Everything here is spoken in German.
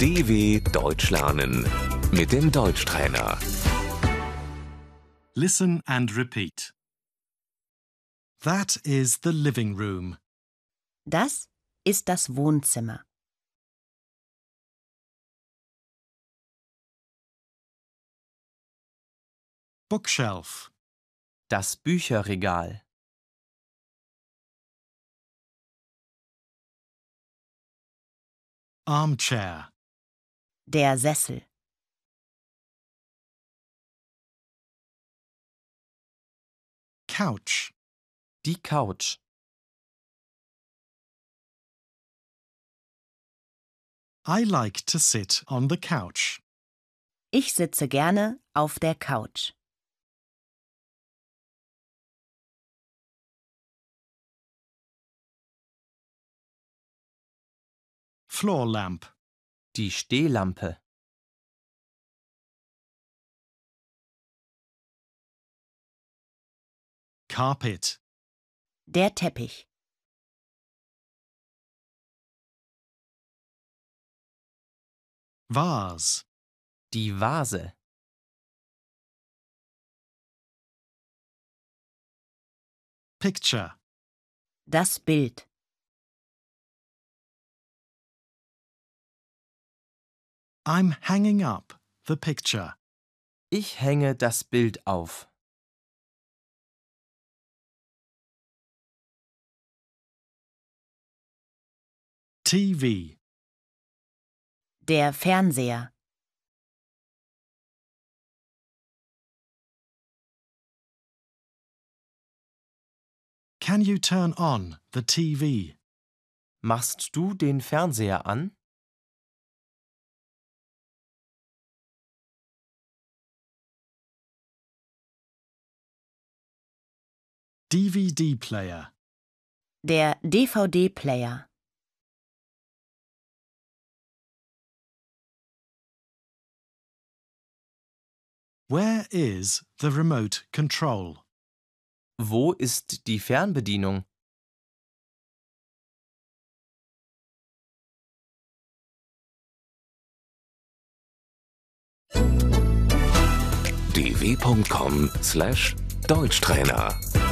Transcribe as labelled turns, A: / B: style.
A: DW Deutsch lernen mit dem Deutschtrainer.
B: Listen and repeat. That is the living room.
C: Das ist das Wohnzimmer.
B: Bookshelf.
D: Das Bücherregal.
B: Armchair.
C: Der Sessel.
B: Couch.
D: Die Couch.
B: I like to sit on the couch.
C: Ich sitze gerne auf der Couch.
B: Floor lamp.
D: Die Stehlampe.
B: Carpet.
C: Der Teppich.
B: Vase.
D: Die Vase.
B: Picture.
C: Das Bild.
B: I'm hanging up the picture.
D: Ich hänge das Bild auf.
B: TV.
C: Der Fernseher.
B: Can you turn on the TV?
D: Machst du den Fernseher an?
B: DVD player.
C: Der DVD-Player.
B: Where is the remote control?
D: Wo ist die Fernbedienung?
A: dw.com/deutschtrainer